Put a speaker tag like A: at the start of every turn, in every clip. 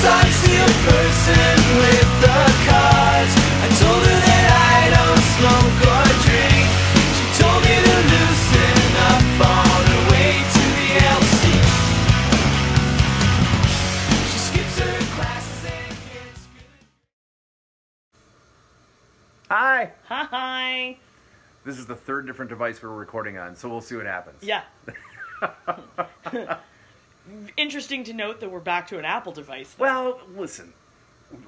A: real person with the cause. I told her that I don't smoke or drink. She told me to loosen up on her way to the LC. She skips her classes and gets good.
B: Hi.
C: Hi.
B: This is the third different device we're recording on, so we'll see what happens.
C: Yeah. Interesting to note that we're back to an Apple device. though.
B: Well, listen,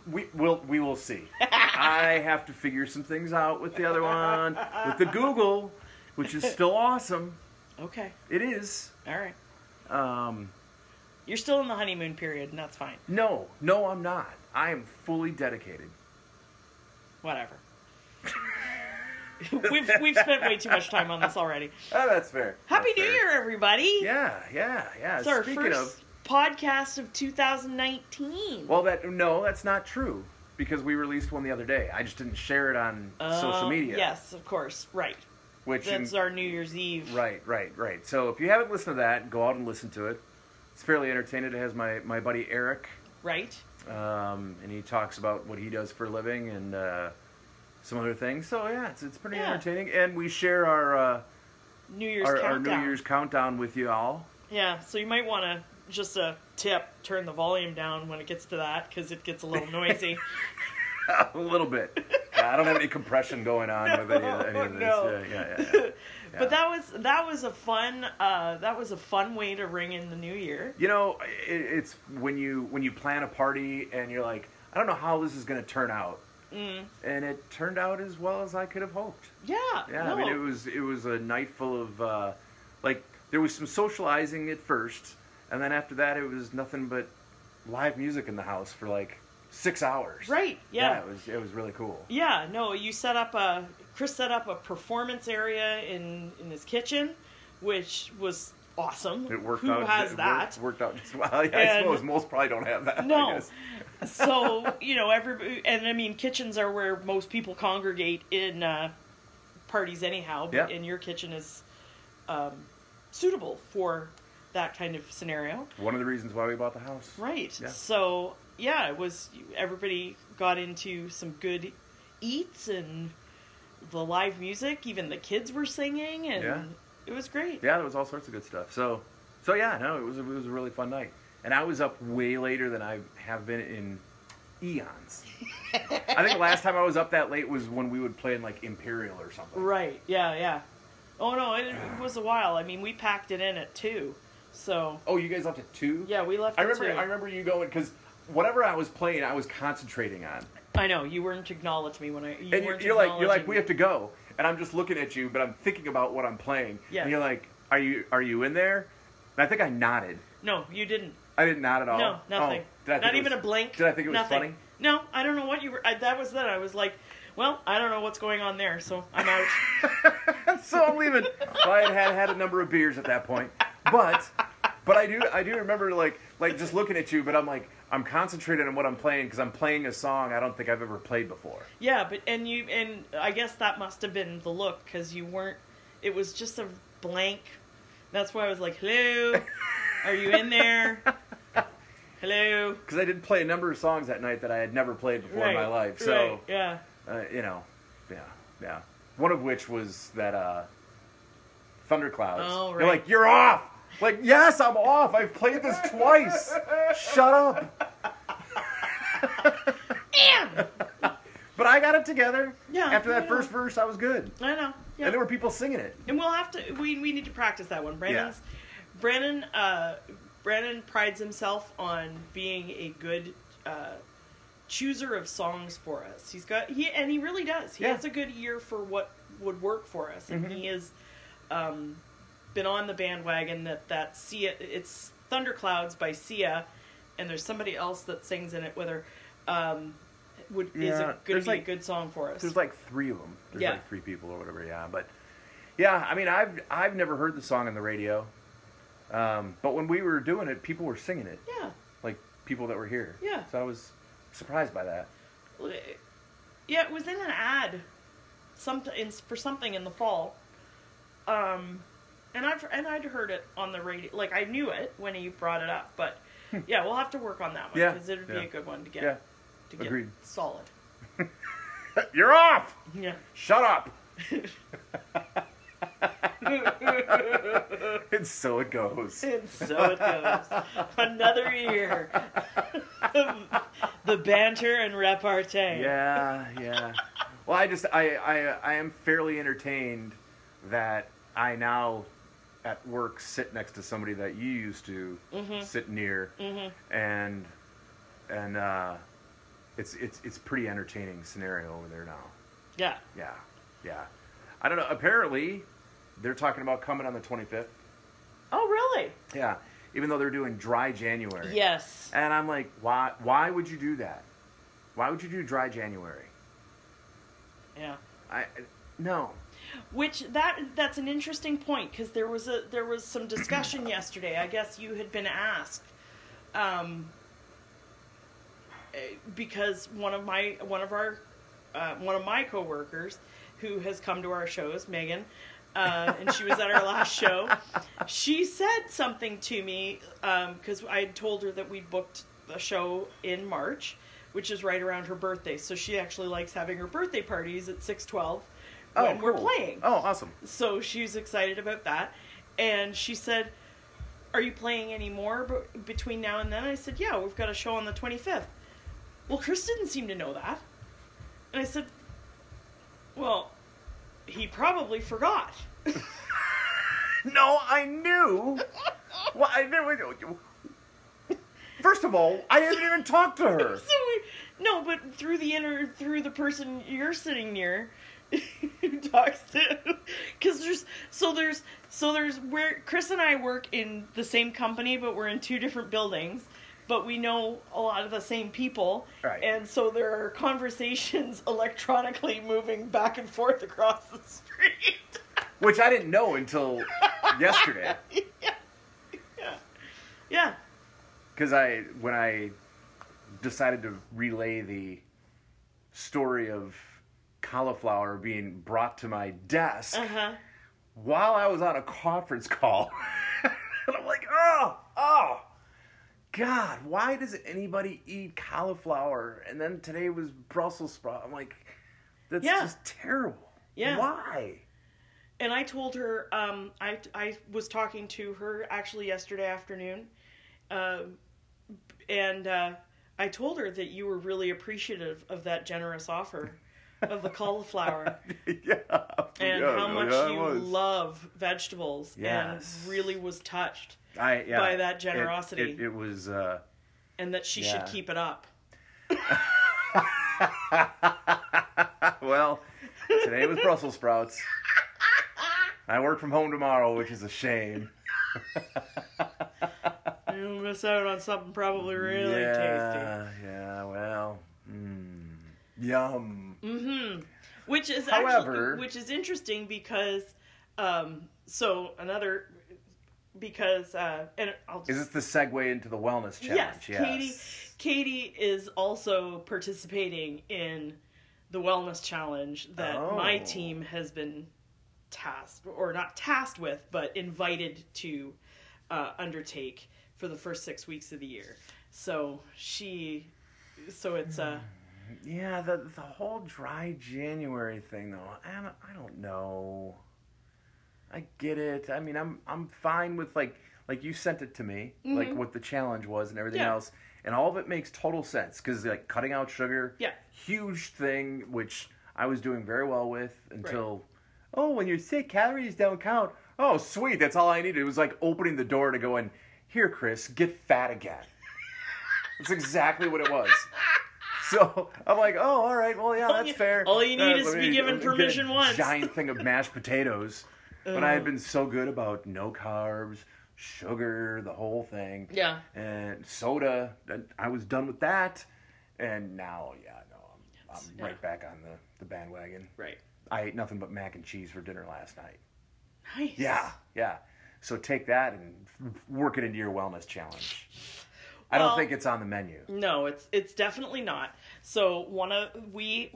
B: we will we will see. I have to figure some things out with the other one, with the Google, which is still awesome.
C: Okay.
B: It is.
C: All right.
B: Um,
C: You're still in the honeymoon period, and that's fine.
B: no, no, I'm not. I am fully dedicated.
C: Whatever. we've we've spent way too much time on this already.
B: Oh, that's fair.
C: Happy
B: That's
C: New
B: fair.
C: Year, everybody.
B: Yeah, yeah, yeah.
C: It's our
B: Speaking
C: first
B: of,
C: podcast of 2019.
B: well, that no, that's not true because we released one the other day. I just didn't share it on
C: Uh,
B: social media.
C: Yes, of course. Right.
B: which in-
C: That's our New Year's Eve.
B: Right, right, right. So if you haven't listened to that, go out and listen to it. It's fairly entertaining. It has my, my buddy Eric,
C: Right.
B: um, and he talks about what he does for a living and uh, some other things. So yeah, it's, it's pretty
C: Yeah.
B: entertaining. And we share our, uh,
C: New Year's
B: our, our
C: countdown.
B: New Year's countdown with you all.
C: Yeah, so you might want to just a tip turn the volume down when it gets to that because it gets a little noisy.
B: a little bit. I don't have any compression going on with any, of- any of this.
C: No, no.
B: Yeah, yeah, yeah, yeah. Yeah.
C: But that was that was a fun uh, that was a fun way to ring in the new year.
B: You know, it, it's when you when you plan a party and you're like, I don't know how this is going to turn out,
C: Mm.
B: and it turned out as well as I could have hoped.
C: Yeah,
B: Yeah,
C: no.
B: I mean it was it was a night full of uh, like there was some socializing at first, and then after that it was nothing but live music in the house for like six hours.
C: right. Yeah.
B: it was it was really cool.
C: yeah, No, you set up a Chris set up a performance area in in his kitchen, which was awesome.
B: It worked
C: Who
B: out.
C: has
B: it
C: that?
B: Worked, worked out just well. Yeah, I
C: And-
B: suppose most probably don't have that. I
C: No.
B: guess.
C: so you know every and i mean kitchens are where most people congregate in uh, parties anyhow but
B: Yep.
C: and your kitchen is um, suitable for that kind of scenario
B: One of the reasons why we bought the house.
C: right
B: Yeah.
C: so yeah it was everybody got into some good eats and the live music even the kids were singing and
B: Yeah.
C: it was great
B: Yeah, there was all sorts of good stuff. So, so yeah, no, it was it was a really fun night, and I was up way later than I have been in eons. I think the last time I was up that late was when we would play in like Imperial or something.
C: Right. Yeah. Yeah. Oh no, it, it was a while. I mean, we packed it in at two, so
B: Oh, you guys left at two.
C: yeah, we left.
B: I
C: at
B: remember.
C: Two.
B: I remember you going because whatever I was playing, I was concentrating on,
C: I know you weren't acknowledged me when I. You
B: and you,
C: weren't
B: you're like, you're like,
C: acknowledging
B: we
C: me.
B: have to go, and I'm just looking at you, but I'm thinking about what I'm playing.
C: Yeah.
B: And you're like, are you are you in there? And I think I nodded.
C: No, you didn't.
B: I didn't nod at all.
C: No,
B: Oh,
C: nothing.
B: did I think
C: Not
B: it
C: even
B: was-
C: a blink.
B: Did I think it was
C: nothing.
B: funny?
C: No, I don't know what you were. I, that was then. I was like, well, I don't know what's going on there, so I'm out.
B: so I'm leaving. Well, I had, had had a number of beers at that point, but but I do I do remember like like just looking at you, but I'm like I'm concentrated on what I'm playing because I'm playing a song I don't think I've ever played before.
C: yeah, but and you and I guess that must have been the look because you weren't. It was just a blank. That's why I was like, hello, are you in there? Hello.
B: Because I did play a number of songs that night that I had never played before in my
C: Right,
B: life. So
C: right, yeah.
B: uh, you know, yeah, yeah. One of which was that uh, thunderclouds.
C: Oh,
B: You're
C: right.
B: like you're off. Like yes, I'm off. I've played this twice. Shut up.
C: And
B: But I got it together.
C: Yeah,
B: After that
C: yeah.
B: first verse, I was good.
C: I know. Yeah.
B: And there were people singing it.
C: And we'll have to. We we need to practice that one. Brandon's Brandon. Uh, Brandon prides himself on being a good uh, chooser of songs for us. He's got he and he really does. He
B: Yeah. Mm-hmm.
C: has a good ear for what would work for us, and he has um, been on the bandwagon that that Sia. It's Thunderclouds by Sia, and there's somebody else that sings in it. Whether um, would is
B: Yeah,
C: it going
B: there's
C: to be
B: like-
C: a good song for us?
B: There's like three of them. There's
C: Yeah.
B: like three people or whatever. Yeah, but yeah, I mean, I've I've never heard the song on the radio, um, but when we were doing it, people were singing it,
C: yeah.
B: like people that were here.
C: Yeah.
B: So I was surprised by that.
C: yeah, it was in an ad, some in, for something in the fall. Um, and I've and I'd heard it on the radio, like I knew it when he brought it up, but yeah, we'll have to work on that one
B: Hmm. Yeah.
C: because it would be
B: Yeah.
C: a good one to get
B: Yeah.
C: to get
B: Agreed.
C: solid.
B: You're off.
C: Yeah.
B: Shut up. and so it goes.
C: And so it goes. Another year. the banter and repartee.
B: Yeah, yeah. Well, I just I, I I am fairly entertained that I now at work sit next to somebody that you used to sit near, and and uh, it's it's it's pretty entertaining scenario over there now.
C: Yeah.
B: Yeah, yeah. I don't know. Apparently, they're talking about coming on the twenty fifth.
C: Oh, really?
B: Yeah, even though they're doing dry January.
C: Yes.
B: And I'm like, why? Why would you do that? Why would you do dry January?
C: Yeah.
B: I no.
C: Which that that's an interesting point because there was a there was some discussion yesterday. I guess you had been asked, um, eh, because one of my one of our uh, one of my coworkers who has come to our shows, Megan, uh, and she was at our last show. She said something to me because I had told her that we booked a show in March, which is right around her birthday. So she actually likes having her birthday parties at six twelve when we're
B: cool.
C: playing.
B: Oh, awesome.
C: So she's excited about that. And she said, Are you playing any more b- between now and then? I said, Yeah, we've got a show on the 25th. Well, Chris didn't seem to know that. And I said, Well, he probably forgot.
B: No, I knew. well, I knew. First of all, I haven't even talked to her.
C: So we, no, but through the inner, through the person you're sitting near, who talks to, because there's so there's so there's where Chris and I work in the same company, but we're in two different buildings, but we know a lot of the same people,
B: Right.
C: and so there are conversations electronically moving back and forth across the street.
B: Which I didn't know until yesterday.
C: yeah, yeah,
B: Because I, when I decided to relay the story of cauliflower being brought to my desk
C: uh huh,
B: while I was on a conference call, and I'm like, oh, oh, God, why does anybody eat cauliflower? And then today was Brussels sprout. I'm like, that's
C: Yeah.
B: just terrible.
C: Yeah.
B: Why?
C: and I told her um, I I was talking to her actually yesterday afternoon, um, and uh, I told her that you were really appreciative of that generous offer of the cauliflower
B: yeah.
C: and
B: yeah,
C: how much
B: yeah, I
C: you
B: was.
C: love vegetables
B: Yes.
C: and really was touched
B: I, yeah,
C: by that
B: it-
C: generosity.
B: It, it was. Uh,
C: and that she
B: Yeah.
C: should keep it up.
B: well, today was Brussels sprouts. I work from home tomorrow, which is a shame.
C: You'll miss out on something probably really tasty.
B: yeah, Yeah, well. Mm, yum.
C: which is
B: However-
C: actually, which is interesting because um so another because uh and I'll just
B: Is this the segue into the wellness challenge?
C: yes, Katie Katie is also participating in the wellness challenge that my
B: Oh.
C: team has been tasked or not tasked with but invited to uh, undertake for the first 6 weeks of the year. So she so it's
B: Hmm.
C: uh
B: Yeah, the the whole dry January thing though. I don't, I don't know. I get it. I mean, I'm I'm fine with like like you sent it to me, like what the challenge was and everything
C: Mm-hmm. Yeah.
B: else, and all of it makes total sense because like cutting out sugar,
C: Yeah.
B: huge thing which I was doing very well with until, oh, when you're sick, calories don't count. Oh, sweet, that's all I needed. It was like opening the door to going, here, Chris, get fat again. That's exactly what it was. So I'm like, oh, all right, well, yeah,
C: All
B: that's
C: you-
B: fair.
C: all you need
B: All right,
C: is
B: let
C: to be given
B: let me get
C: permission
B: a
C: once.
B: Giant thing of mashed potatoes. But I had been so good about no carbs, sugar, the whole thing.
C: Yeah.
B: And soda. and I was done with that. And now, yeah, no, I'm, I'm
C: yeah.
B: right back on the, the bandwagon.
C: right.
B: I ate nothing but mac and cheese for dinner last night.
C: Nice.
B: Yeah, yeah. So take that and f- work it into your wellness challenge. I don't
C: Well-
B: think it's on the menu.
C: No, it's it's definitely not. So one of we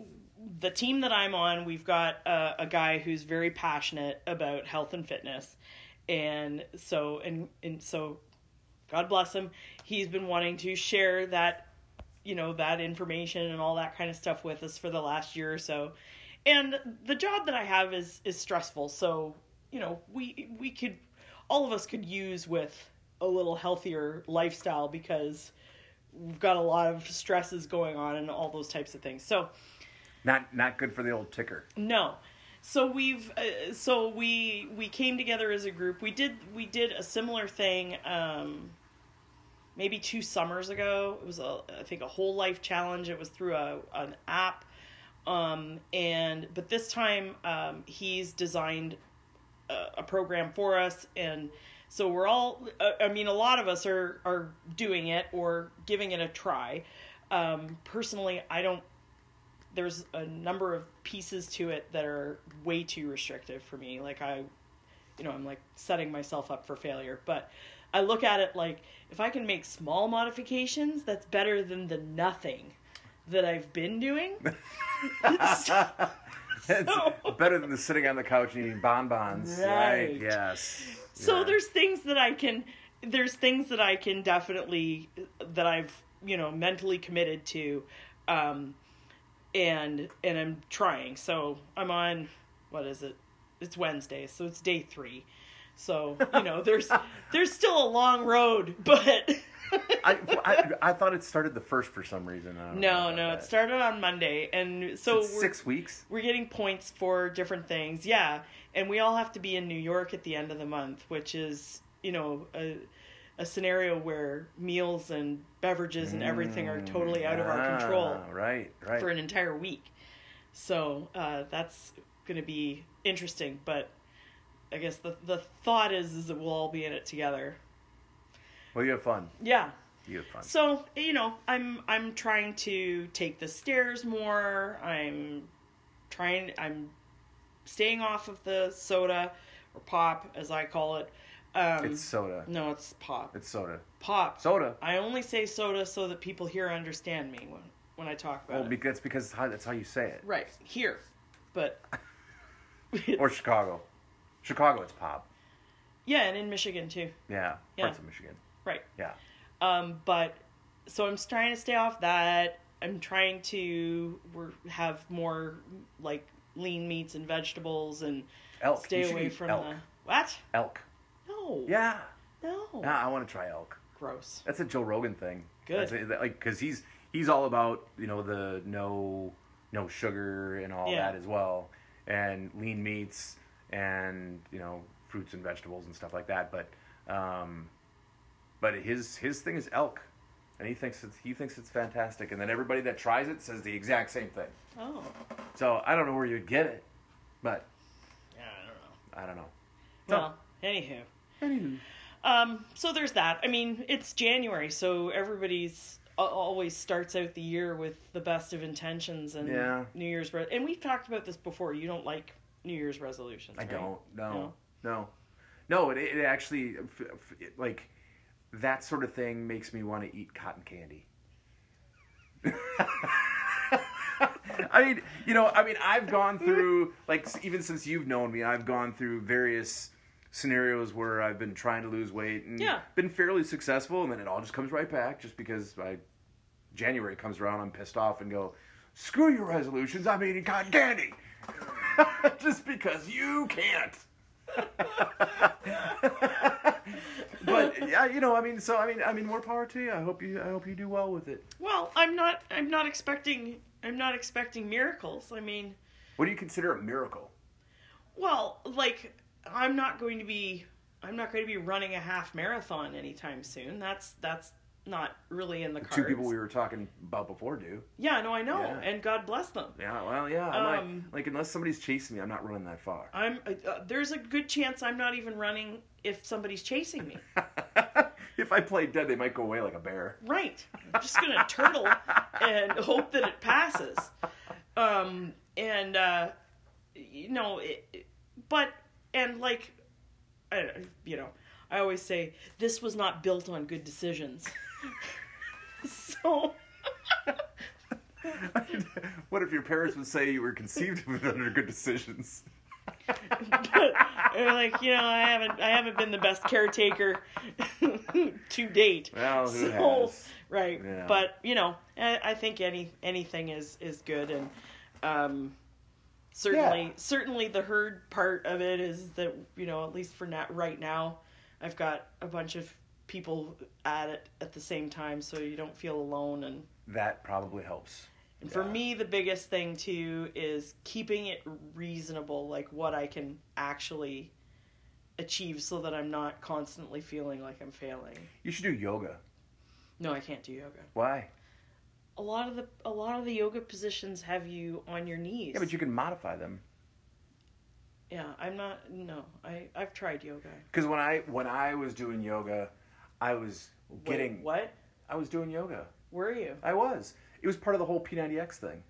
C: the team that I'm on, we've got a, a guy who's very passionate about health and fitness, and so and and so God bless him. He's been wanting to share that, you know, that information and all that kind of stuff with us for the last year or so. And the job that I have is is stressful, so you know, we we could all of us could use with a little healthier lifestyle because we've got a lot of stresses going on and all those types of things. So,
B: Not not good for the old ticker.
C: no. So we've uh, so we we came together as a group. We did we did a similar thing um maybe two summers ago. It was a I think a whole life challenge. It was through a an app. Um and but this time um he's designed a, a program for us and so we're all uh, I mean a lot of us are are doing it or giving it a try. Um personally, I don't there's a number of pieces to it that are way too restrictive for me. Like I, you know, I'm like setting myself up for failure. But I look at it like if I can make small modifications, that's better than the nothing that I've been doing. So-
B: It's better than the sitting on the couch and eating bonbons.
C: Right.
B: Right. Yes.
C: So
B: Yeah.
C: there's things that I can there's things that I can definitely that I've you know mentally committed to, um, and and I'm trying. So I'm on what is it? It's Wednesday, so it's day three. So you know there's there's still a long road, but
B: I, I I thought it started the first for some reason. I don't know
C: no
B: about
C: no
B: that.
C: it started on Monday, and so
B: It's
C: we're,
B: six weeks.
C: we're getting points for different things. Yeah, and we all have to be in New York at the end of the month, which is you know a, a scenario where meals and beverages and everything are totally out of our control
B: Ah, Right. Right.
C: for an entire week. So uh, that's going to be interesting. But I guess the the thought is is that we'll all be in it together.
B: well, you have fun.
C: Yeah.
B: You have fun.
C: So you know, I'm I'm trying to take the stairs more. I'm trying. I'm staying off of the soda or pop, as I call it. Um,
B: it's soda.
C: no, it's pop.
B: It's soda.
C: pop.
B: Soda.
C: I only say soda so that people here understand me when when I talk about
B: Well,
C: it.
B: because that's because it's how, that's how you say it.
C: right here, but
B: Or Chicago. Chicago, it's pop.
C: yeah, and in Michigan too.
B: Yeah.
C: Yeah.
B: Parts of Michigan.
C: Right.
B: Yeah.
C: Um, but so I'm trying to stay off that. I'm trying to we're, have more like lean meats and vegetables and
B: Elk. You
C: stay
B: should
C: away
B: eat
C: from
B: elk.
C: the what?
B: Elk.
C: No.
B: Yeah.
C: No.
B: Nah, I want to try elk.
C: Gross.
B: That's a Joe Rogan thing.
C: Good.
B: That's it, that- like because he's he's all about you know the no no sugar and all
C: Yeah.
B: that as well, and lean meats and you know fruits and vegetables and stuff like that. But um, but his his thing is elk, and he thinks it's he thinks it's fantastic. And then everybody that tries it says the exact same thing.
C: Oh.
B: So I don't know where you'd get it, but
C: Yeah, I don't know.
B: I don't know.
C: Well, anywho. Um, so there's that. I mean, it's January, so everybody's a- always starts out the year with the best of intentions and
B: Yeah.
C: New Year's. Re- and we've talked about this before. You don't like New Year's resolutions.
B: I
C: right?
B: don't. No.
C: No.
B: No. No, it, it actually, f- f- it, like, that sort of thing makes me want to eat cotton candy. I mean, you know, I mean, I've gone through, like, s- even since you've known me, I've gone through various scenarios where I've been trying to lose weight and
C: Yeah.
B: been fairly successful, and then it all just comes right back just because I, January comes around, I'm pissed off and go, screw your resolutions, I'm eating cotton candy. just because you can't. but yeah, you know, I mean, so I mean, I mean, more power to you. I hope you, I hope you do well with it.
C: Well, I'm not. I'm not expecting. I'm not expecting miracles. I mean,
B: What do you consider a miracle?
C: well, like I'm not going to be. I'm not going to be running a half marathon anytime soon. That's that's not really in the cards.
B: Two people we were talking about before do.
C: Yeah, no, I know,
B: Yeah.
C: and God bless them.
B: Yeah, well, yeah. I'm not-
C: Um,
B: like, unless somebody's chasing me, I'm not running that far.
C: I'm. Uh, there's a good chance I'm not even running if somebody's chasing me.
B: if I play dead, they might go away like a bear.
C: Right. I'm just gonna turtle and hope that it passes. Um, and uh, you know, it, it- but and like, I, don't- you know, I always say this was not built on good decisions. so
B: what if your parents would say you were conceived with under good decisions?
C: They're like, you know, I haven't, I haven't been the best caretaker to date.
B: Well, who has?
C: Right,
B: Yeah.
C: but you know, I, I think any anything is is good, and um, certainly
B: Yeah.
C: certainly the herd part of it is that you know at least for not right now, I've got a bunch of people at it at the same time, so you don't feel alone and.
B: That probably helps.
C: And for
B: Yeah.
C: me, the biggest thing too is keeping it reasonable, like what I can actually achieve, so that I'm not constantly feeling like I'm failing.
B: You should do yoga.
C: No, I can't do yoga.
B: Why?
C: A lot of the a lot of the yoga positions have you on your knees.
B: Yeah, but you can modify them.
C: Yeah, I'm not. No, I I've tried yoga.
B: Because when I when I was doing yoga, I was
C: Wait,
B: getting
C: what?
B: I was doing yoga.
C: Were you?
B: I was. It was part of the whole P90X thing.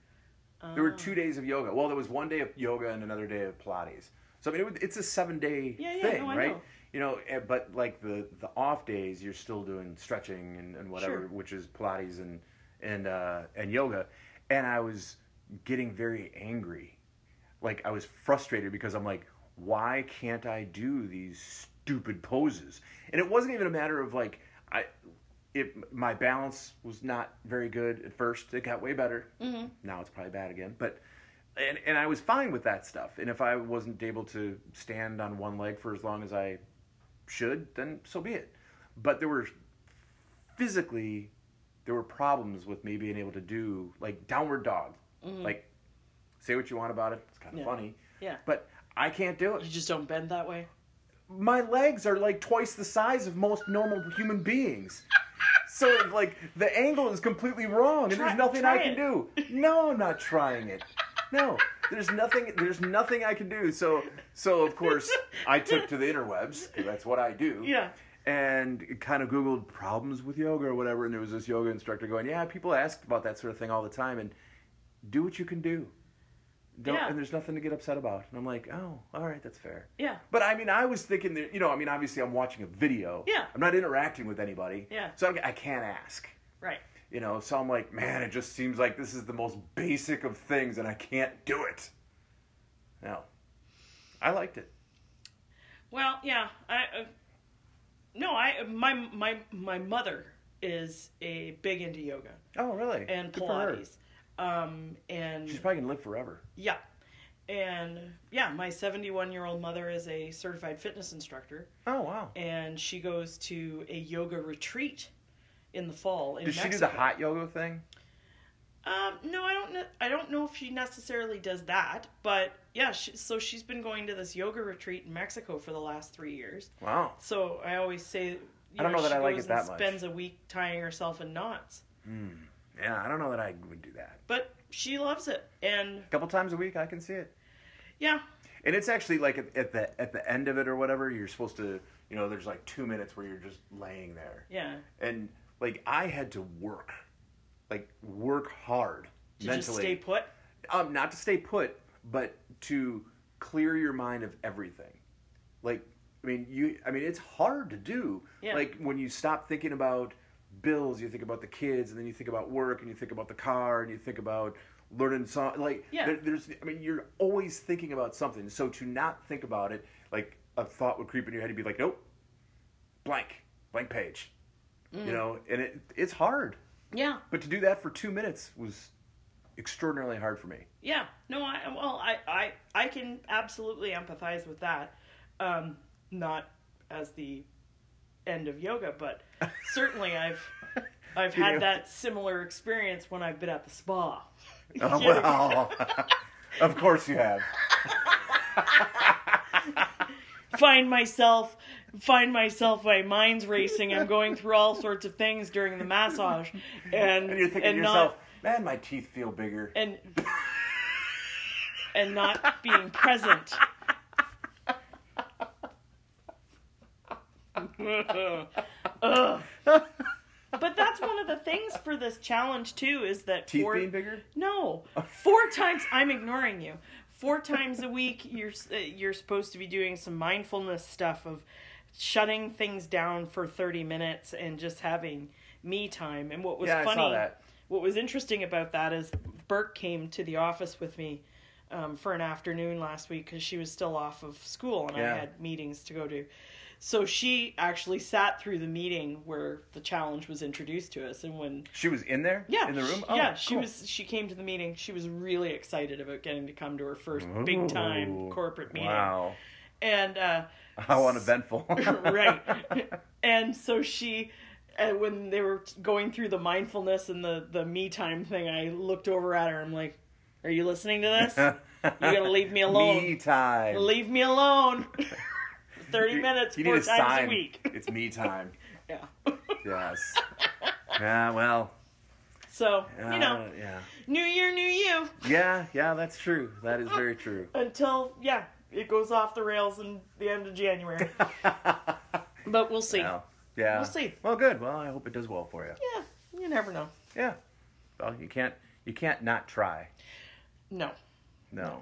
B: There were
C: Oh.
B: two days of yoga. Well, there was one day of yoga and another day of Pilates. So I mean, it, would- it's a seven day
C: Yeah, yeah,
B: thing,
C: no, I
B: right?
C: know.
B: You know, eh, but like the the off days, you're still doing stretching and, and whatever,
C: Sure.
B: which is Pilates and and uh, and yoga. And I was getting very angry, like I was frustrated because I'm like, why can't I do these stupid poses? And it wasn't even a matter of like I. It, my balance was not very good at first. It got way better. Mm-hmm. Now it's probably bad again. But and and I was fine with that stuff. And if I wasn't able to stand on one leg for as long as I should, then so be it. But there were physically there were problems with me being able to do like downward dog. Like say what you want about it. It's kind of
C: Mm-hmm. Yeah.
B: funny.
C: Yeah.
B: But I can't do
C: You
B: it.
C: just don't bend that way.
B: My legs are like twice the size of most normal human beings. So like the angle is completely wrong, and
C: Try-
B: there's nothing
C: try
B: I can do. No, I'm not trying it. No, there's nothing. There's nothing I can do. So so of course I took to the interwebs. 'cause That's what I do.
C: Yeah.
B: And kind of Googled problems with yoga or whatever, and there was this yoga instructor going, "Yeah, people ask about that sort of thing all the time, and do what you can do. Don't,
C: Yeah.
B: And there's nothing to get upset about." And I'm like, "Oh, all right, that's fair."
C: Yeah.
B: But I mean, I was thinking that you know, I mean, obviously, I'm watching a video.
C: Yeah.
B: I'm not interacting with anybody.
C: Yeah.
B: So I'm, I can't ask.
C: Right.
B: You know, so I'm like, man, it just seems like this is the most basic of things, and I can't do it. No. I liked it.
C: Well, yeah, I uh, no, I my my my mother is a big into yoga
B: Oh, really?
C: and
B: Good for her.
C: Pilates, um, and
B: She's probably gonna live forever.
C: yeah, and yeah, my seventy-one year old mother is a certified fitness instructor,
B: Oh wow.
C: and she goes to a yoga retreat in the fall in
B: Does she
C: Mexico.
B: do the hot yoga thing?
C: Um, no, I don't. kn- I don't know if she necessarily does that, but yeah. She, so she's been going to this yoga retreat in Mexico for the last three years.
B: Wow.
C: So I always say, you
B: I don't know that
C: she
B: I like
C: goes
B: it that
C: and
B: much.
C: Spends a week tying herself in knots,
B: Yeah, I don't know that I would do that.
C: but she loves it, and
B: A couple times a week, I can see it.
C: yeah,
B: And it's actually like at, at the at the end of it or whatever, you're supposed to, you know, there's like two minutes where you're just laying there.
C: yeah,
B: And like I had to work, like work hard
C: to
B: mentally.
C: just stay put.
B: um, not to stay put, but to clear your mind of everything. Like, I mean, you, I mean, it's hard to do.
C: Yeah.
B: Like when you stop thinking about bills, you think about the kids, and then you think about work, and you think about the car, and you think about learning song. Like,
C: Yeah.
B: there, there's, I mean, you're always thinking about something. So to not think about it, like a thought would creep in your head, you'd be like, nope, blank, blank page.
C: Mm.
B: You know, and it it's hard.
C: Yeah,
B: But to do that for two minutes was extraordinarily hard for me.
C: yeah. No, I well, I I I can absolutely empathize with that. Um, not as the end of yoga, but certainly I've I've
B: You
C: had
B: know.
C: that similar experience when I've been at the spa.
B: Oh, well, of course you have.
C: find myself find myself my mind's racing i'm going through all sorts of things during the massage and
B: And you're thinking
C: and
B: to yourself,
C: not
B: man, my teeth feel bigger.
C: and and not being present Ugh. but that's one of the things for this challenge too is that
B: teeth
C: for-
B: being bigger?
C: no, four times. I'm ignoring you. Four times a week, you're s- uh, you're supposed to be doing some mindfulness stuff of shutting things down for thirty minutes and just having me time. And what was
B: Yeah, I saw
C: funny,
B: that.
C: what was interesting about that is Burke came to the office with me um, for an afternoon last week because she was still off of school and
B: Yeah.
C: I had meetings to go to. So she actually sat through the meeting where the challenge was introduced to us, and when
B: She was in there?
C: yeah,
B: In the room?
C: she-
B: Oh,
C: yeah, she
B: cool.
C: was. She came to the meeting. She was really excited about getting to come to her first big time
B: Ooh,
C: corporate meeting,
B: Wow.
C: and uh,
B: How uneventful.
C: right. And so she, uh, when they were t- going through the mindfulness and the the me time thing, I looked over at her. I'm like, "Are you listening to this? You're gonna leave me alone.
B: Me time.
C: Leave me alone. Thirty
B: You-
C: minutes,
B: you
C: four
B: need
C: times
B: a sign.
C: a week.
B: It's me time.
C: Yeah.
B: Yes. yeah, well.
C: So
B: Uh,
C: you know,
B: Yeah.
C: new year, new you.
B: Yeah, yeah, that's true. That is very true.
C: Until yeah, it goes off the rails in the end of January. but we'll see.
B: Well, yeah.
C: We'll see.
B: Well, good. Well, I hope it does well for you.
C: Yeah, you never know.
B: Yeah. Well, you can't you can't not try.
C: No.
B: No.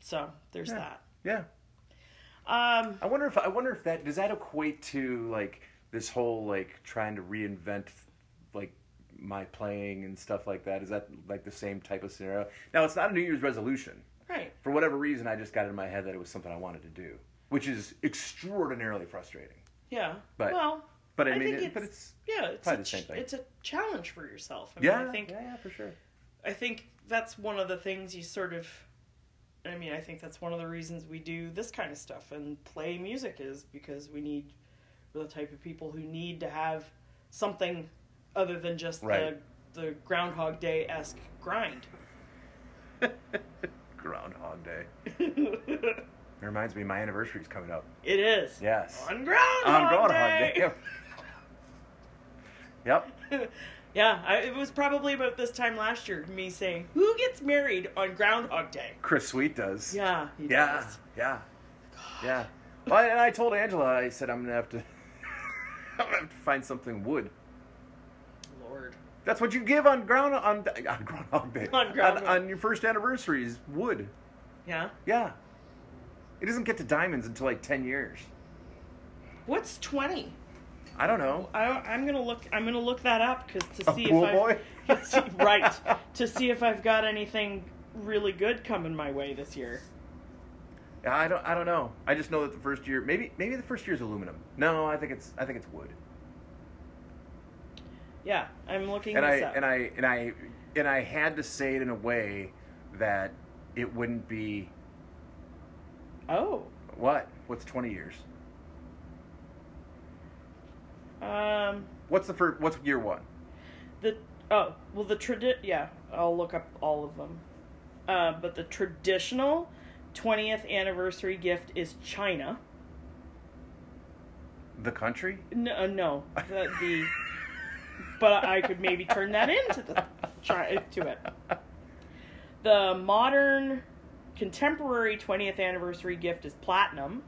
C: So there's
B: Yeah. Yeah.
C: that. Um.
B: I wonder if I wonder if that does that equate to like this whole like trying to reinvent like my playing and stuff like that. Is that like the same type of scenario? Now it's not a New Year's resolution.
C: Right.
B: For whatever reason, I just got it in my head that it was something I wanted to do, which is extraordinarily frustrating.
C: Yeah.
B: But-
C: well,
B: But I,
C: I
B: mean,
C: think
B: it, but
C: it's-
B: it's
C: yeah, it's
B: probably
C: a
B: the same
C: ch-
B: thing.
C: It's a challenge for yourself. I mean,
B: yeah,
C: I think
B: yeah, yeah, for sure.
C: I think that's one of the things you sort of. I mean, I think that's one of the reasons we do this kind of stuff and play music is because we need we're the type of people who need to have something other than just
B: Right.
C: the the Groundhog Day esque grind.
B: Groundhog Day.
C: it
B: It reminds me, my anniversary's coming up.
C: is
B: Yes.
C: on Groundhog,
B: On
C: Day.
B: yep.
C: yeah, I, it was probably about this time last year. Me saying, "Who gets married on Groundhog Day?"
B: Chris Sweet does.
C: Yeah. he
B: Yeah,
C: does.
B: yeah, yeah. Well, and I told Angela, I said I'm gonna have to, I'm gonna have to find something wood.
C: Lord.
B: That's what you give on ground on on Groundhog Day
C: On Groundhog.
B: on, on your first anniversary is wood.
C: Yeah.
B: Yeah, it doesn't get to diamonds until like ten years.
C: What's twenty?
B: I don't know.
C: I, I'm gonna look. I'm gonna look that up because to
B: A
C: see
B: pool
C: if
B: boy?
C: I to see- right to see if I've got anything really good coming my way this year.
B: I don't. I don't know. I just know that the first year, maybe maybe the first year is aluminum. No, I think it's I think it's wood.
C: Yeah, I'm looking
B: and I
C: this up.
B: and I and I and I had to say it in a way that it wouldn't be
C: oh,
B: what? What's twenty years?
C: um,
B: What's the first? What's year one?
C: the oh well the tradi yeah I'll look up all of them, uh, but the traditional twentieth anniversary gift is China.
B: The country?
C: No, uh, no, the, the but I could maybe turn that into the try to it. The modern contemporary 20th anniversary gift is platinum,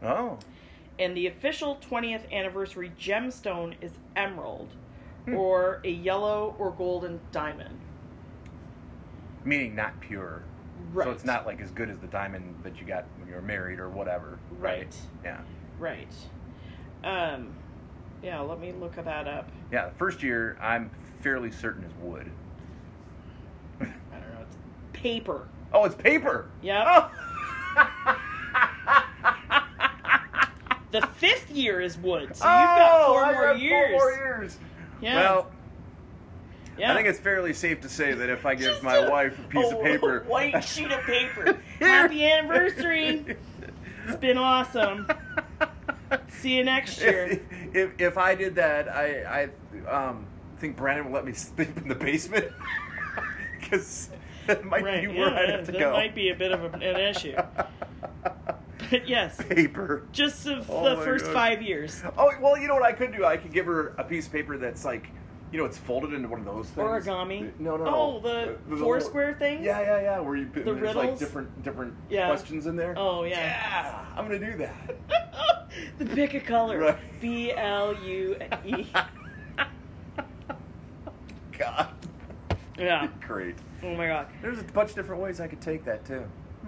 B: Oh,
C: and the official 20th anniversary gemstone is emerald,
B: Hmm.
C: or a yellow or golden diamond.
B: meaning not pure.
C: Right.
B: So it's not like as good as the diamond that you got when you were married or whatever.
C: Right.
B: Yeah.
C: right. Um, yeah, let me look that up.
B: Yeah. The first year, I'm fairly certain is wood.
C: I don't know. It's paper.
B: Oh, it's paper. Oh.
C: Yep. The fifth year is wood, so you've got
B: Oh,
C: four
B: I
C: more
B: got
C: years.
B: Four more years.
C: Yeah.
B: Well,
C: yeah.
B: I think it's fairly safe to say that if I give
C: Just
B: my
C: a-
B: wife a piece
C: a
B: of paper,
C: white sheet of paper.
B: Here.
C: Happy anniversary. It's been awesome. See you next year.
B: if, if if I did that, I I um, think Brandon will let me sleep in the basement because that might
C: Right,
B: be
C: yeah,
B: where I'd
C: that,
B: have to
C: that
B: go.
C: might be a bit of a- an issue. But yes,
B: paper.
C: just of
B: Oh
C: the
B: my
C: first
B: God.
C: five years.
B: Oh well, you know what I could do? I could give her a piece of paper that's like, you know, it's folded into one of those things.
C: Origami?
B: No, no, no.
C: Oh, the
B: little-
C: four square things?
B: Yeah, yeah, yeah. Where you put
C: The
B: there's like
C: riddles?
B: different different
C: Yeah.
B: questions in there.
C: Oh, yeah.
B: Yeah, I'm gonna do that.
C: the pick a color.
B: Right.
C: B L U E.
B: God,
C: Yeah.
B: great.
C: Oh my god.
B: There's a bunch of different ways I could take that too.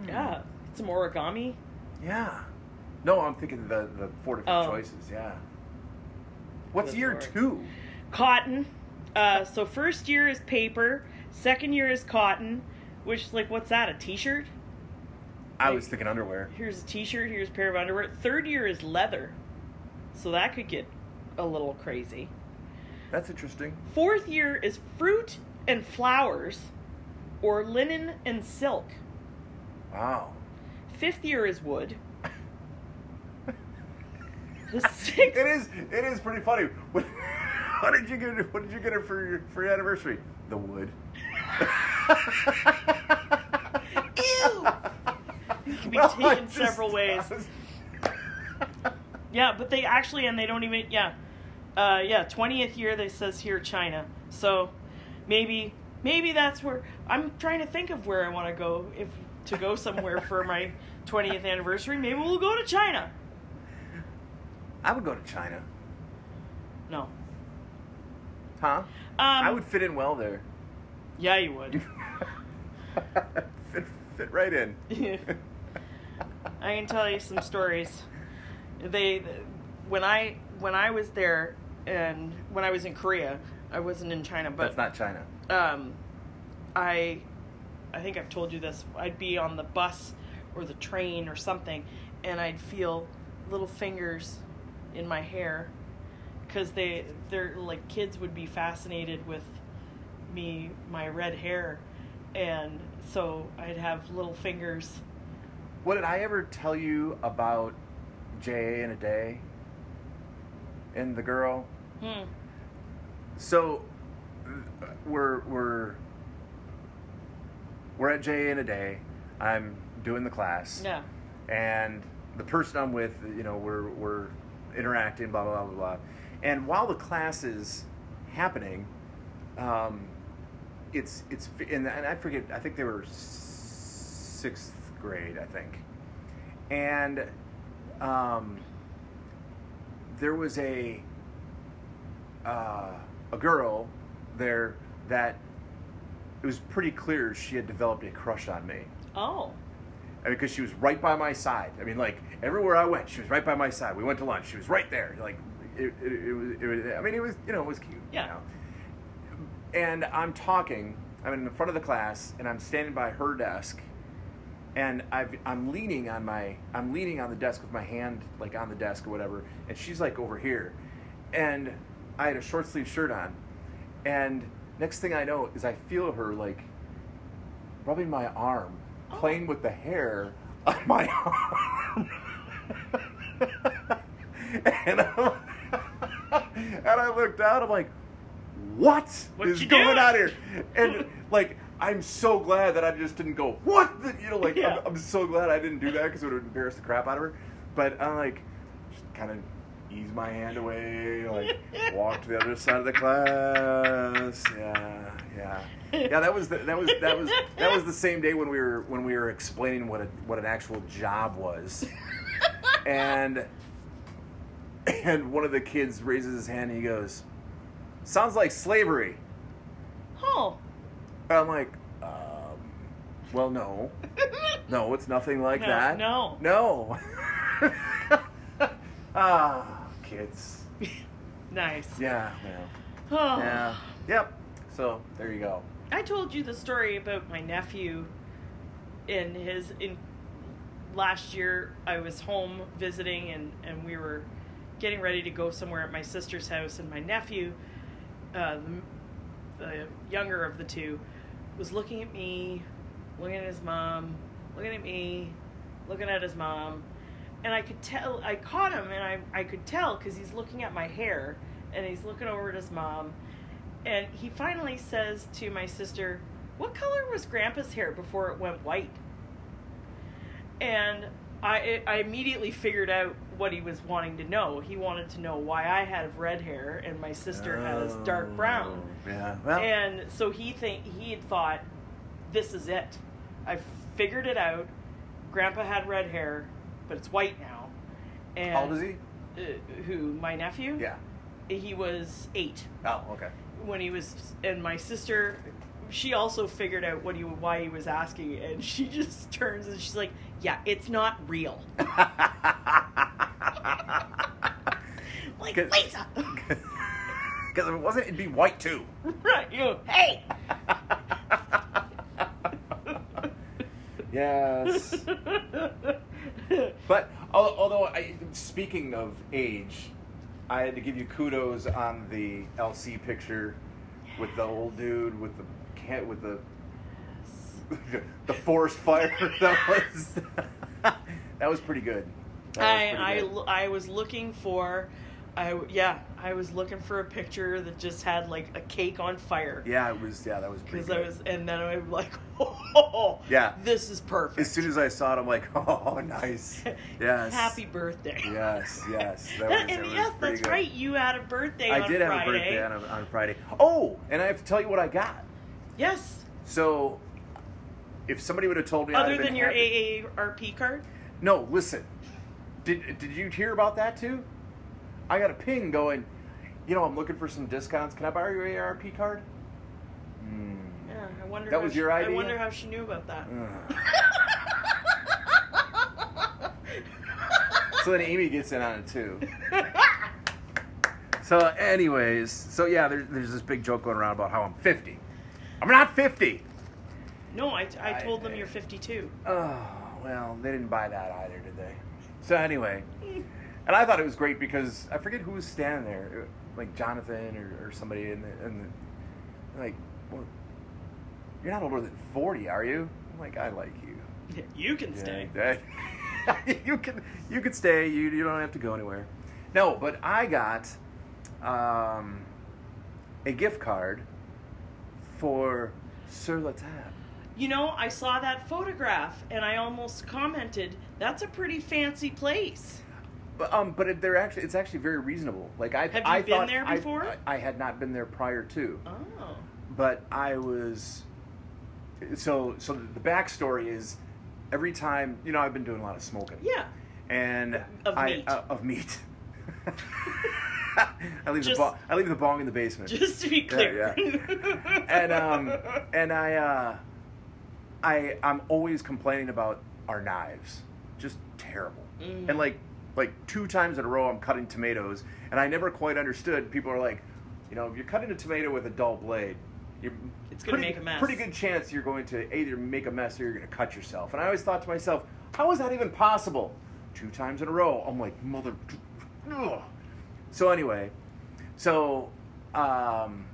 C: Yeah. Some origami.
B: Yeah. No, I'm thinking the the four different
C: Oh.
B: choices. Yeah. What's
C: Good
B: year
C: lord.
B: two?
C: cotton. Uh, so first year is paper, second year is cotton, Which, like, what's that? A T-shirt?
B: I was thinking underwear.
C: Here's a T-shirt. Here's a pair of underwear. Third year is leather, so that could get a little crazy.
B: That's interesting.
C: Fourth year is fruit and flowers, or linen and silk.
B: Wow.
C: Fifth year is wood. The
B: It
C: sixth
B: is. It is pretty funny. What, what did you get? What did you get her for your for your anniversary? The wood.
C: Ew! It can be
B: Well, I
C: taken
B: just-
C: several ways.
B: I was-
C: Yeah, but they actually, and they don't even, yeah. Uh, yeah, 20th year, they says here China. So maybe, maybe that's where, I'm trying to think of where I want to go, if to go somewhere for my 20th anniversary. Maybe we'll go to China.
B: I would go to China,
C: No. Um,
B: huh? I would fit in well there.
C: Yeah, you would.
B: fit, fit right in.
C: I can tell you some stories. They, when I when I was there, and when I was in Korea, I wasn't in China, but
B: That's not China.
C: um, I, I think I've told you this. I'd be on the bus or the train or something, and I'd feel little fingers in my hair, because they they're like kids would be fascinated with me my red hair, and so I'd have little fingers.
B: What did I ever tell you about J.A. in a day? And the girl?
C: Hmm.
B: So uh, we're we're we're at J.A. in a day. I'm doing the class.
C: Yeah.
B: and the person I'm with, you know, we're we're interacting, blah blah blah blah blah. And while the class is happening, um, it's it's and, and I forget. I think they were sixth grade, I think, and um, there was a uh, a girl there that it was pretty clear she had developed a crush on me
C: Oh.
B: because she was right by my side. I mean, like everywhere I went, she was right by my side. We went to lunch; she was right there. Like it, it, it, was, it was. I mean, it was you know it was cute.
C: Yeah.
B: You know? And I'm talking. I'm in the front of the class, and I'm standing by her desk, and I've, I'm leaning on my I'm leaning on the desk with my hand like on the desk or whatever, and she's like over here, and I had a short sleeve shirt on, and next thing I know is I feel her like rubbing my arm, playing with the hair on my arm, and, I'm, and I looked out. I'm like, what is
C: What you
B: going
C: doing?
B: on here? And like, I'm so glad that I just didn't go, what? The, you know, like,
C: Yeah.
B: I'm, I'm so glad I didn't do that because it would have embarrassed the crap out of her. But I'm like, just kind of ease my hand away, like, walk to the other side of the class. Yeah, yeah. Yeah, that was the, that was that was that was the same day when we were when we were explaining what a, what an actual job was, and and one of the kids raises his hand and he goes, "Sounds like slavery."
C: Oh.
B: And I'm like, um, well, no, no, it's nothing like
C: No,
B: that.
C: no.
B: no. ah, kids.
C: nice.
B: Yeah, well,
C: Oh.
B: yeah, yep. So there you go.
C: I told you the story about my nephew in his in last year I was home visiting and and we were getting ready to go somewhere at my sister's house and my nephew uh, the, the younger of the two was looking at me looking at his mom looking at me looking at his mom and I could tell I caught him and I I could tell cuz he's looking at my hair and he's looking over at his mom and he finally says to my sister, "What color was Grandpa's hair before it went white?" And I I immediately figured out what he was wanting to know. He wanted to know why I have red hair and my sister has dark brown.
B: Oh, Yeah. Well,
C: And so he think he had thought, "This is it. I figured it out. Grandpa had red hair, but it's white now." And
B: how old is he?
C: Uh, who my nephew?
B: Yeah.
C: He was eight
B: Oh, okay.
C: when he was and my sister she also figured out what he why he was asking and she just turns and she's like yeah it's not real like
B: Good.
C: lisa
B: Because if it wasn't, it'd be white too.
C: right you know, hey
B: Yes. But al- although I, speaking of age, I had to give you kudos on the LC picture with the old dude with the cat with the the forest fire. That was that was pretty good. That was
C: I, I,
B: pretty good.
C: lo- I was looking for, I w- yeah, I was looking for a picture that just had like a cake on fire.
B: yeah, it was yeah that was pretty.
C: Because
B: Good.
C: I was, and then I was like, oh,
B: Yeah.
C: this is perfect.
B: as soon as I saw it, I'm like, oh, nice. Yes.
C: Happy birthday.
B: Yes, yes. That was,
C: That-
B: that
C: and
B: was
C: yes,
B: pretty
C: that's
B: good.
C: right. You had a birthday.
B: I
C: on
B: did have a
C: Friday.
B: birthday on, on Friday. Oh, and I have to tell you what I got.
C: Yes.
B: So, if somebody would have told me, I'd
C: Other
B: have been
C: than your
B: happy.
C: AARP card.
B: No, listen. Did did you hear about that too? I got a ping going. You know, I'm looking for some discounts. Can I borrow your AARP card?
C: Yeah, I wonder.
B: That
C: how
B: was
C: she,
B: your Mm.
C: I
B: idea?
C: wonder how she knew about that.
B: Ugh. so then Amy gets in on it too. So, anyways, so yeah, there, there's this big joke going around about how I'm 50. I'm not 50.
C: No, I, I
B: I-
C: told them you're 52.
B: Oh, well, they didn't buy that either, did they? So anyway, and I thought it was great because I forget who was standing there, it- like Jonathan or, or somebody, and the, and the, like, well, you're not older than forty, are you? I'm like, I like you.
C: You can stay.
B: Yeah, that- you can you can stay. You you don't have to go anywhere. No, but I got um, a gift card for Sur La Table.
C: You know, I saw that photograph and I almost commented, "That's a pretty fancy place."
B: But, um, but it, they're actually it's actually very reasonable. Like I
C: Have you
B: I
C: been
B: thought
C: there
B: I-
C: before?
B: I, I had not been there prior to,
C: Oh,
B: but I was. So so the backstory is, every time you know I've been doing a lot of smoking.
C: yeah.
B: And
C: Of
B: I
C: meat.
B: Uh, of meat. I leave
C: Just-
B: the bong, I leave the bong in the basement.
C: Just to be clear.
B: and um and I uh I I'm always complaining about our knives. Just terrible.
C: Mm.
B: And like like two times in a row I'm cutting tomatoes and I never quite understood people are like, you know, if you're cutting a tomato with a dull blade, you're
C: It's gonna
B: pretty-
C: make a mess.
B: Pretty good chance you're going to either make a mess or you're going to cut yourself. And I always thought to myself, how is that even possible? Two times in a row. I'm like, mother. ugh. So anyway, so um,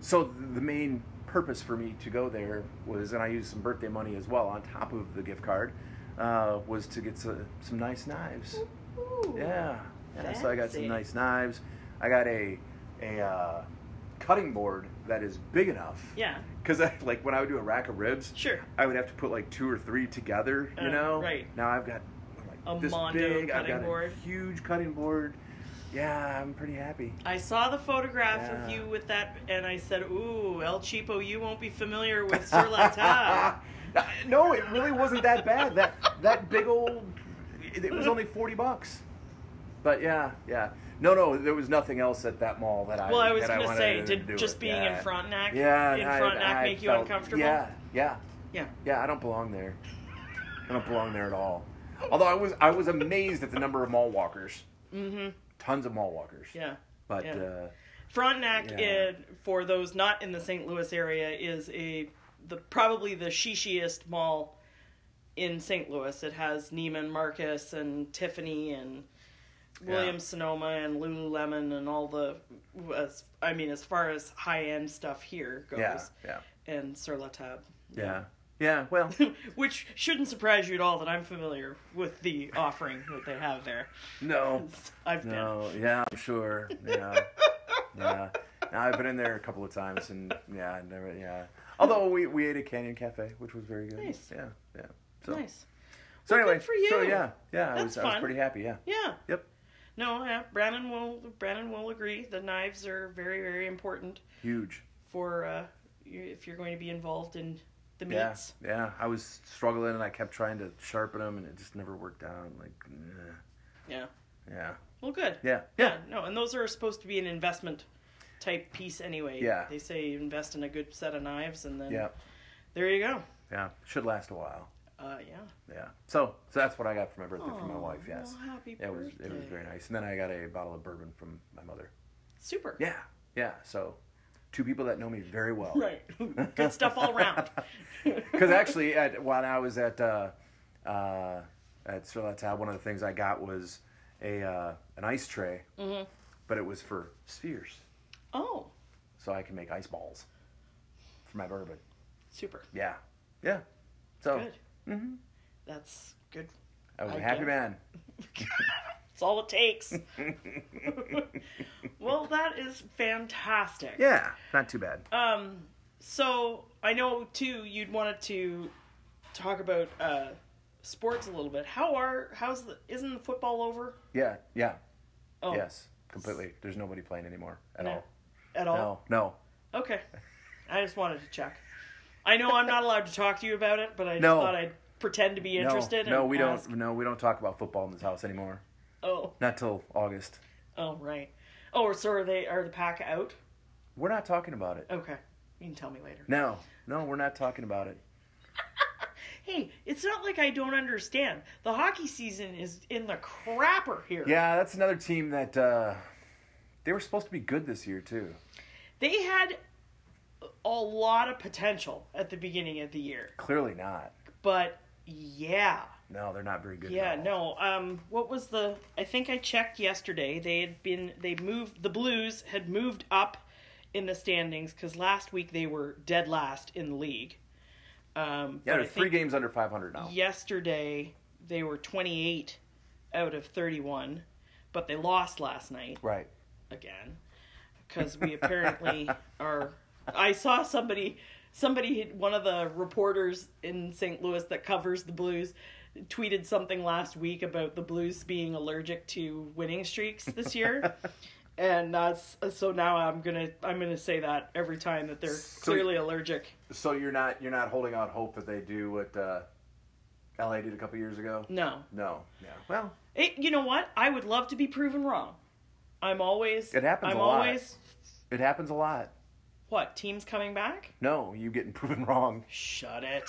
B: so the main purpose for me to go there was, and I used some birthday money as well on top of the gift card, uh, was to get some, some nice knives.
C: Ooh.
B: Yeah. yeah so I got
C: Fancy.
B: some nice knives. I got a a uh, cutting board that is big enough.
C: Yeah.
B: Because I like when I would do a rack of ribs,
C: Sure.
B: I would have to put like two or three together. You
C: Uh,
B: know.
C: right.
B: Now I've got like
C: A
B: this
C: Mondo
B: big. I've
C: cutting
B: got
C: board.
B: a huge cutting board. Yeah, I'm pretty happy.
C: I saw the photograph of
B: Yeah.
C: you with that, and I said, "Ooh, El Cheapo, you won't be familiar with Sur La Table."
B: no, it really wasn't that bad. That that big old. It, it was only forty bucks. But yeah, yeah. No, no, there was nothing else at that mall that I.
C: Well, I was
B: that
C: gonna
B: wanted
C: say,
B: to
C: did
B: do
C: just
B: it.
C: being
B: yeah.
C: in Frontenac,
B: yeah,
C: in
B: and I-
C: Frontenac,
B: I
C: make you
B: felt-
C: uncomfortable?
B: Yeah, yeah,
C: Yeah.
B: yeah. I don't belong there. I don't belong there at all. Although I was, I was amazed at the number of mall walkers.
C: Mm-hmm.
B: Tons of mall walkers.
C: Yeah.
B: But
C: yeah.
B: uh,
C: Frontenac,
B: Yeah.
C: in, for those not in the St. Louis area, is a the probably the shishiest mall in St. Louis. It has Neiman Marcus and Tiffany and Williams Sonoma and Lululemon and all the. As, I mean, as far as high end stuff here goes,
B: yeah, yeah,
C: and Sur La Table.
B: yeah, yeah. Well,
C: Which shouldn't surprise you at all that I'm familiar with the offering that they have there.
B: no.
C: I've been.
B: No, yeah, I'm sure. Yeah, yeah. No, I've been in there a couple of times, and yeah, I never, yeah. Although we, we ate at Canyon Cafe, which was very good.
C: Nice.
B: Yeah, yeah. So,
C: Nice.
B: so
C: Well, good
B: anyway,
C: for you.
B: so yeah, yeah. I
C: That's
B: was I was
C: fun.
B: pretty happy. Yeah.
C: Yeah.
B: Yep.
C: No, yeah, Brandon will Brandon will agree. The knives are very very important
B: Huge.
C: for uh, you, if you're going to be involved in the
B: Yeah,
C: meats.
B: yeah. I was struggling, and I kept trying to sharpen them, and it just never worked out. Like, eh.
C: Yeah.
B: yeah,
C: Well, good.
B: yeah, yeah,
C: No, and those are supposed to be an investment type piece anyway.
B: Yeah.
C: They say you invest in a good set of knives, and then
B: yeah,
C: there you go.
B: yeah. Should last a while.
C: Uh, yeah.
B: Yeah. So, so that's what I got for my birthday from my
C: Aw,
B: wife. Yes.
C: well, happy
B: Yeah, it was it was
C: birthday.
B: very nice, and then I got a bottle of bourbon from my mother.
C: Super.
B: Yeah, yeah. So, two people that know me very well.
C: Right. Good stuff all around.
B: Because actually, at, when I was at uh, uh, at Sir Lattab, one of the things I got was a uh, an ice tray,
C: Mm-hmm.
B: but it was for spheres,
C: Oh,
B: so I can make ice balls for my bourbon.
C: super.
B: Yeah, yeah. Mm-hmm. So
C: Good. That's good.
B: I was a
C: I
B: happy
C: guess.
B: man.
C: It's all it takes. well, that is fantastic.
B: Yeah, not too bad.
C: Uh, So I know too you'd wanted to talk about uh, sports a little bit. How are how's the isn't the football over?
B: yeah, yeah,
C: Oh,
B: yes, completely. There's nobody playing anymore at
C: No. Oh.
B: all.
C: At all?
B: No, no,
C: Okay. I just wanted to check. I know I'm not allowed to talk to you about it, but I just
B: No.
C: thought I'd pretend to be
B: no,
C: interested.
B: no.
C: and
B: We
C: ask.
B: don't. No, we don't talk about football in this house anymore.
C: Oh,
B: Not till August.
C: oh, right. Oh, so are they? Are the pack out?
B: We're not talking about it.
C: Okay, you can tell me later.
B: No, no, we're not talking about it.
C: Hey, it's not like I don't understand. The hockey season is in the crapper here.
B: Yeah, that's another team that uh, they were supposed to be good this year too.
C: They had a lot of potential at the beginning of the year,
B: Clearly not.
C: but yeah.
B: No, they're not very good.
C: Yeah,
B: at all.
C: no. Um, what was the? I think I checked yesterday. They had been. They moved. The Blues had moved up in the standings because last week they were dead last in the league. Um,
B: Yeah,
C: but
B: they're
C: I
B: three
C: think
B: games under 500 now.
C: Yesterday they were 28 out of 31, but they lost last night
B: Right.
C: again because we apparently are i saw somebody somebody had- one of the reporters in st louis that covers the blues tweeted something last week about the blues being allergic to winning streaks this year and that's so now i'm gonna i'm gonna say that every time that they're clearly allergic
B: So you're not you're not holding out hope that they do what uh, LA did a couple years ago.
C: no
B: No. Yeah. Well,
C: it, you know what i would love to be proven wrong i'm always
B: It happens
C: i'm
B: a lot.
C: always
B: it happens a lot.
C: what teams coming back
B: No, you getting proven wrong.
C: shut it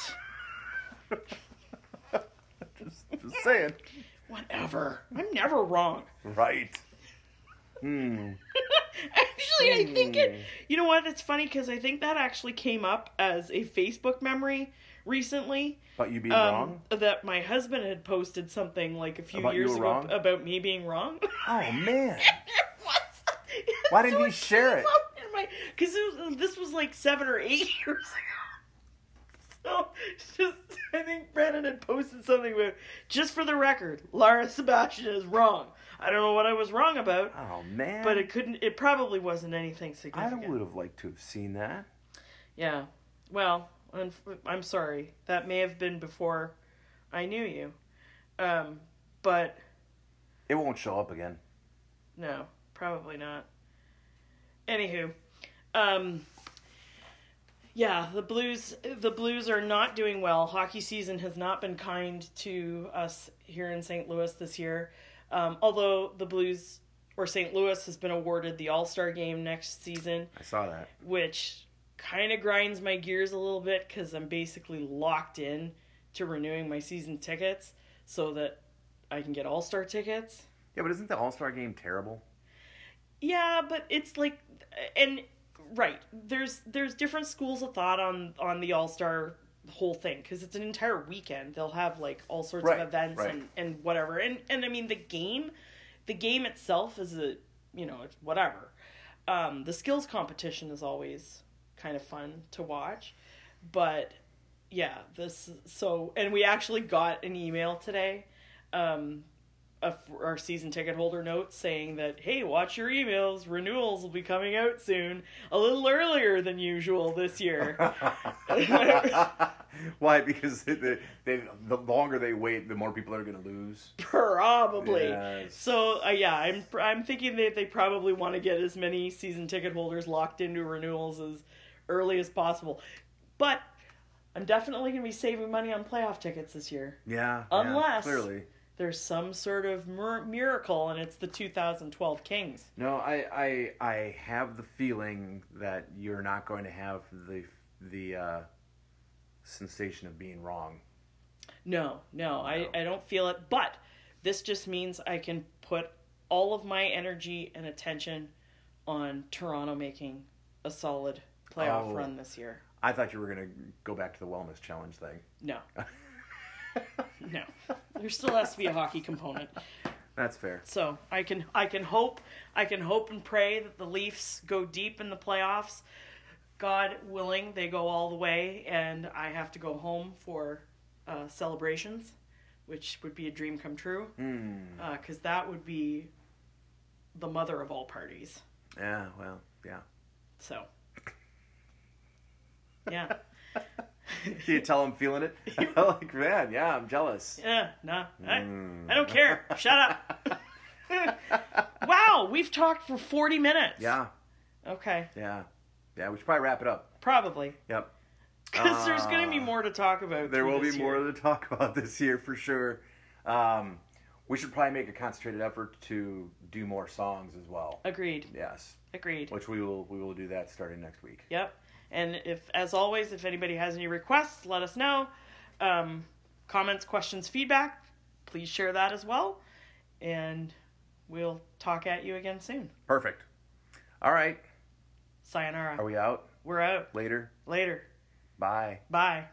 B: Just saying.
C: whatever i'm never wrong
B: right. Hmm.
C: Actually, I think
B: Mm.
C: it. You know what? It's funny because I think that actually came up as a Facebook memory recently.
B: But you being
C: Um,
B: wrong.
C: That my husband had posted something like a few
B: About you
C: years
B: were
C: ago
B: wrong?
C: about me being wrong.
B: Oh man.
C: What?
B: Why didn't you share it?
C: Because this was like seven or eight years ago. So it's just, I think Brandon had posted something about, just for the record, Lara Sebastian is wrong. I don't know what I was wrong about.
B: Oh man.
C: But it couldn't. It probably wasn't anything
B: I
C: significant.
B: would have liked to have seen that.
C: Yeah. Well, I'm, I'm sorry. That may have been before I knew you. Um, but
B: It won't show up again.
C: no, probably not. Anywho, um, yeah, the Blues. The Blues are not doing well. Hockey season has not been kind to us here in St. Louis this year. Um, although the Blues or St. Louis has been awarded the All Star game next season.
B: I saw that.
C: which kind of grinds my gears a little bit because I'm basically locked in to renewing my season tickets so that I can get All Star tickets.
B: Yeah, but isn't the All Star game terrible?
C: Yeah, but it's like, and right there's there's different schools of thought on on the All Star whole thing because it's an entire weekend. They'll have like all sorts
B: Right,
C: of events
B: right.
C: and and whatever. And and I mean the game, the game itself is a you know it's whatever. Um, the skills competition is always kind of fun to watch, but yeah, this so and we actually got an email today. Um, a, our season ticket holder note saying that hey watch your emails renewals will be coming out soon a little earlier than usual this year
B: Why? Because they, they, they, the longer they wait, the more people are going to lose.
C: probably
B: Yes.
C: so uh, yeah i'm i'm thinking that they probably want to get as many season ticket holders locked into renewals as early as possible but i'm definitely going to be saving money on playoff tickets this year
B: Yeah.
C: Unless-
B: clearly.
C: there's some sort of mir- miracle and it's the 2012 kings
B: No, I, I, I have the feeling that you're not going to have the, the uh, sensation of being wrong.
C: No, no, I,
B: No.
C: I don't feel it. But this just means I can put all of my energy and attention on Toronto making a solid playoff
B: Oh.
C: run this year.
B: I thought you were gonna go back to the wellness challenge thing.
C: No. no. There still has to be a hockey component.
B: That's fair.
C: So I can I can hope I can hope and pray that the Leafs go deep in the playoffs. God willing, they go all the way, and I have to go home for uh, celebrations, which would be a dream come true, because that would be the mother of all parties.
B: Yeah. Well. Yeah.
C: So, yeah,
B: Can you tell I'm feeling it? like man, yeah, I'm jealous.
C: yeah, nah, I, I don't care. Shut up. wow, we've talked for forty minutes.
B: Yeah.
C: Okay,
B: Yeah. Yeah. We should probably wrap it up.
C: probably.
B: Yep.
C: Because there's going to be more to talk about.
B: There
C: through
B: will be
C: this
B: more
C: year.
B: to talk about this year for sure. Um, we should probably make a concentrated effort to do more songs as well.
C: Agreed.
B: Yes,
C: Agreed.
B: which we will we will do that starting next week.
C: Yep. And if, as always, if anybody has any requests, let us know. Um, comments, questions, feedback, please share that as well. And we'll talk at you again soon.
B: Perfect. All right.
C: Sayonara.
B: Are we out
C: We're out.
B: later?
C: Later.
B: Bye.
C: Bye.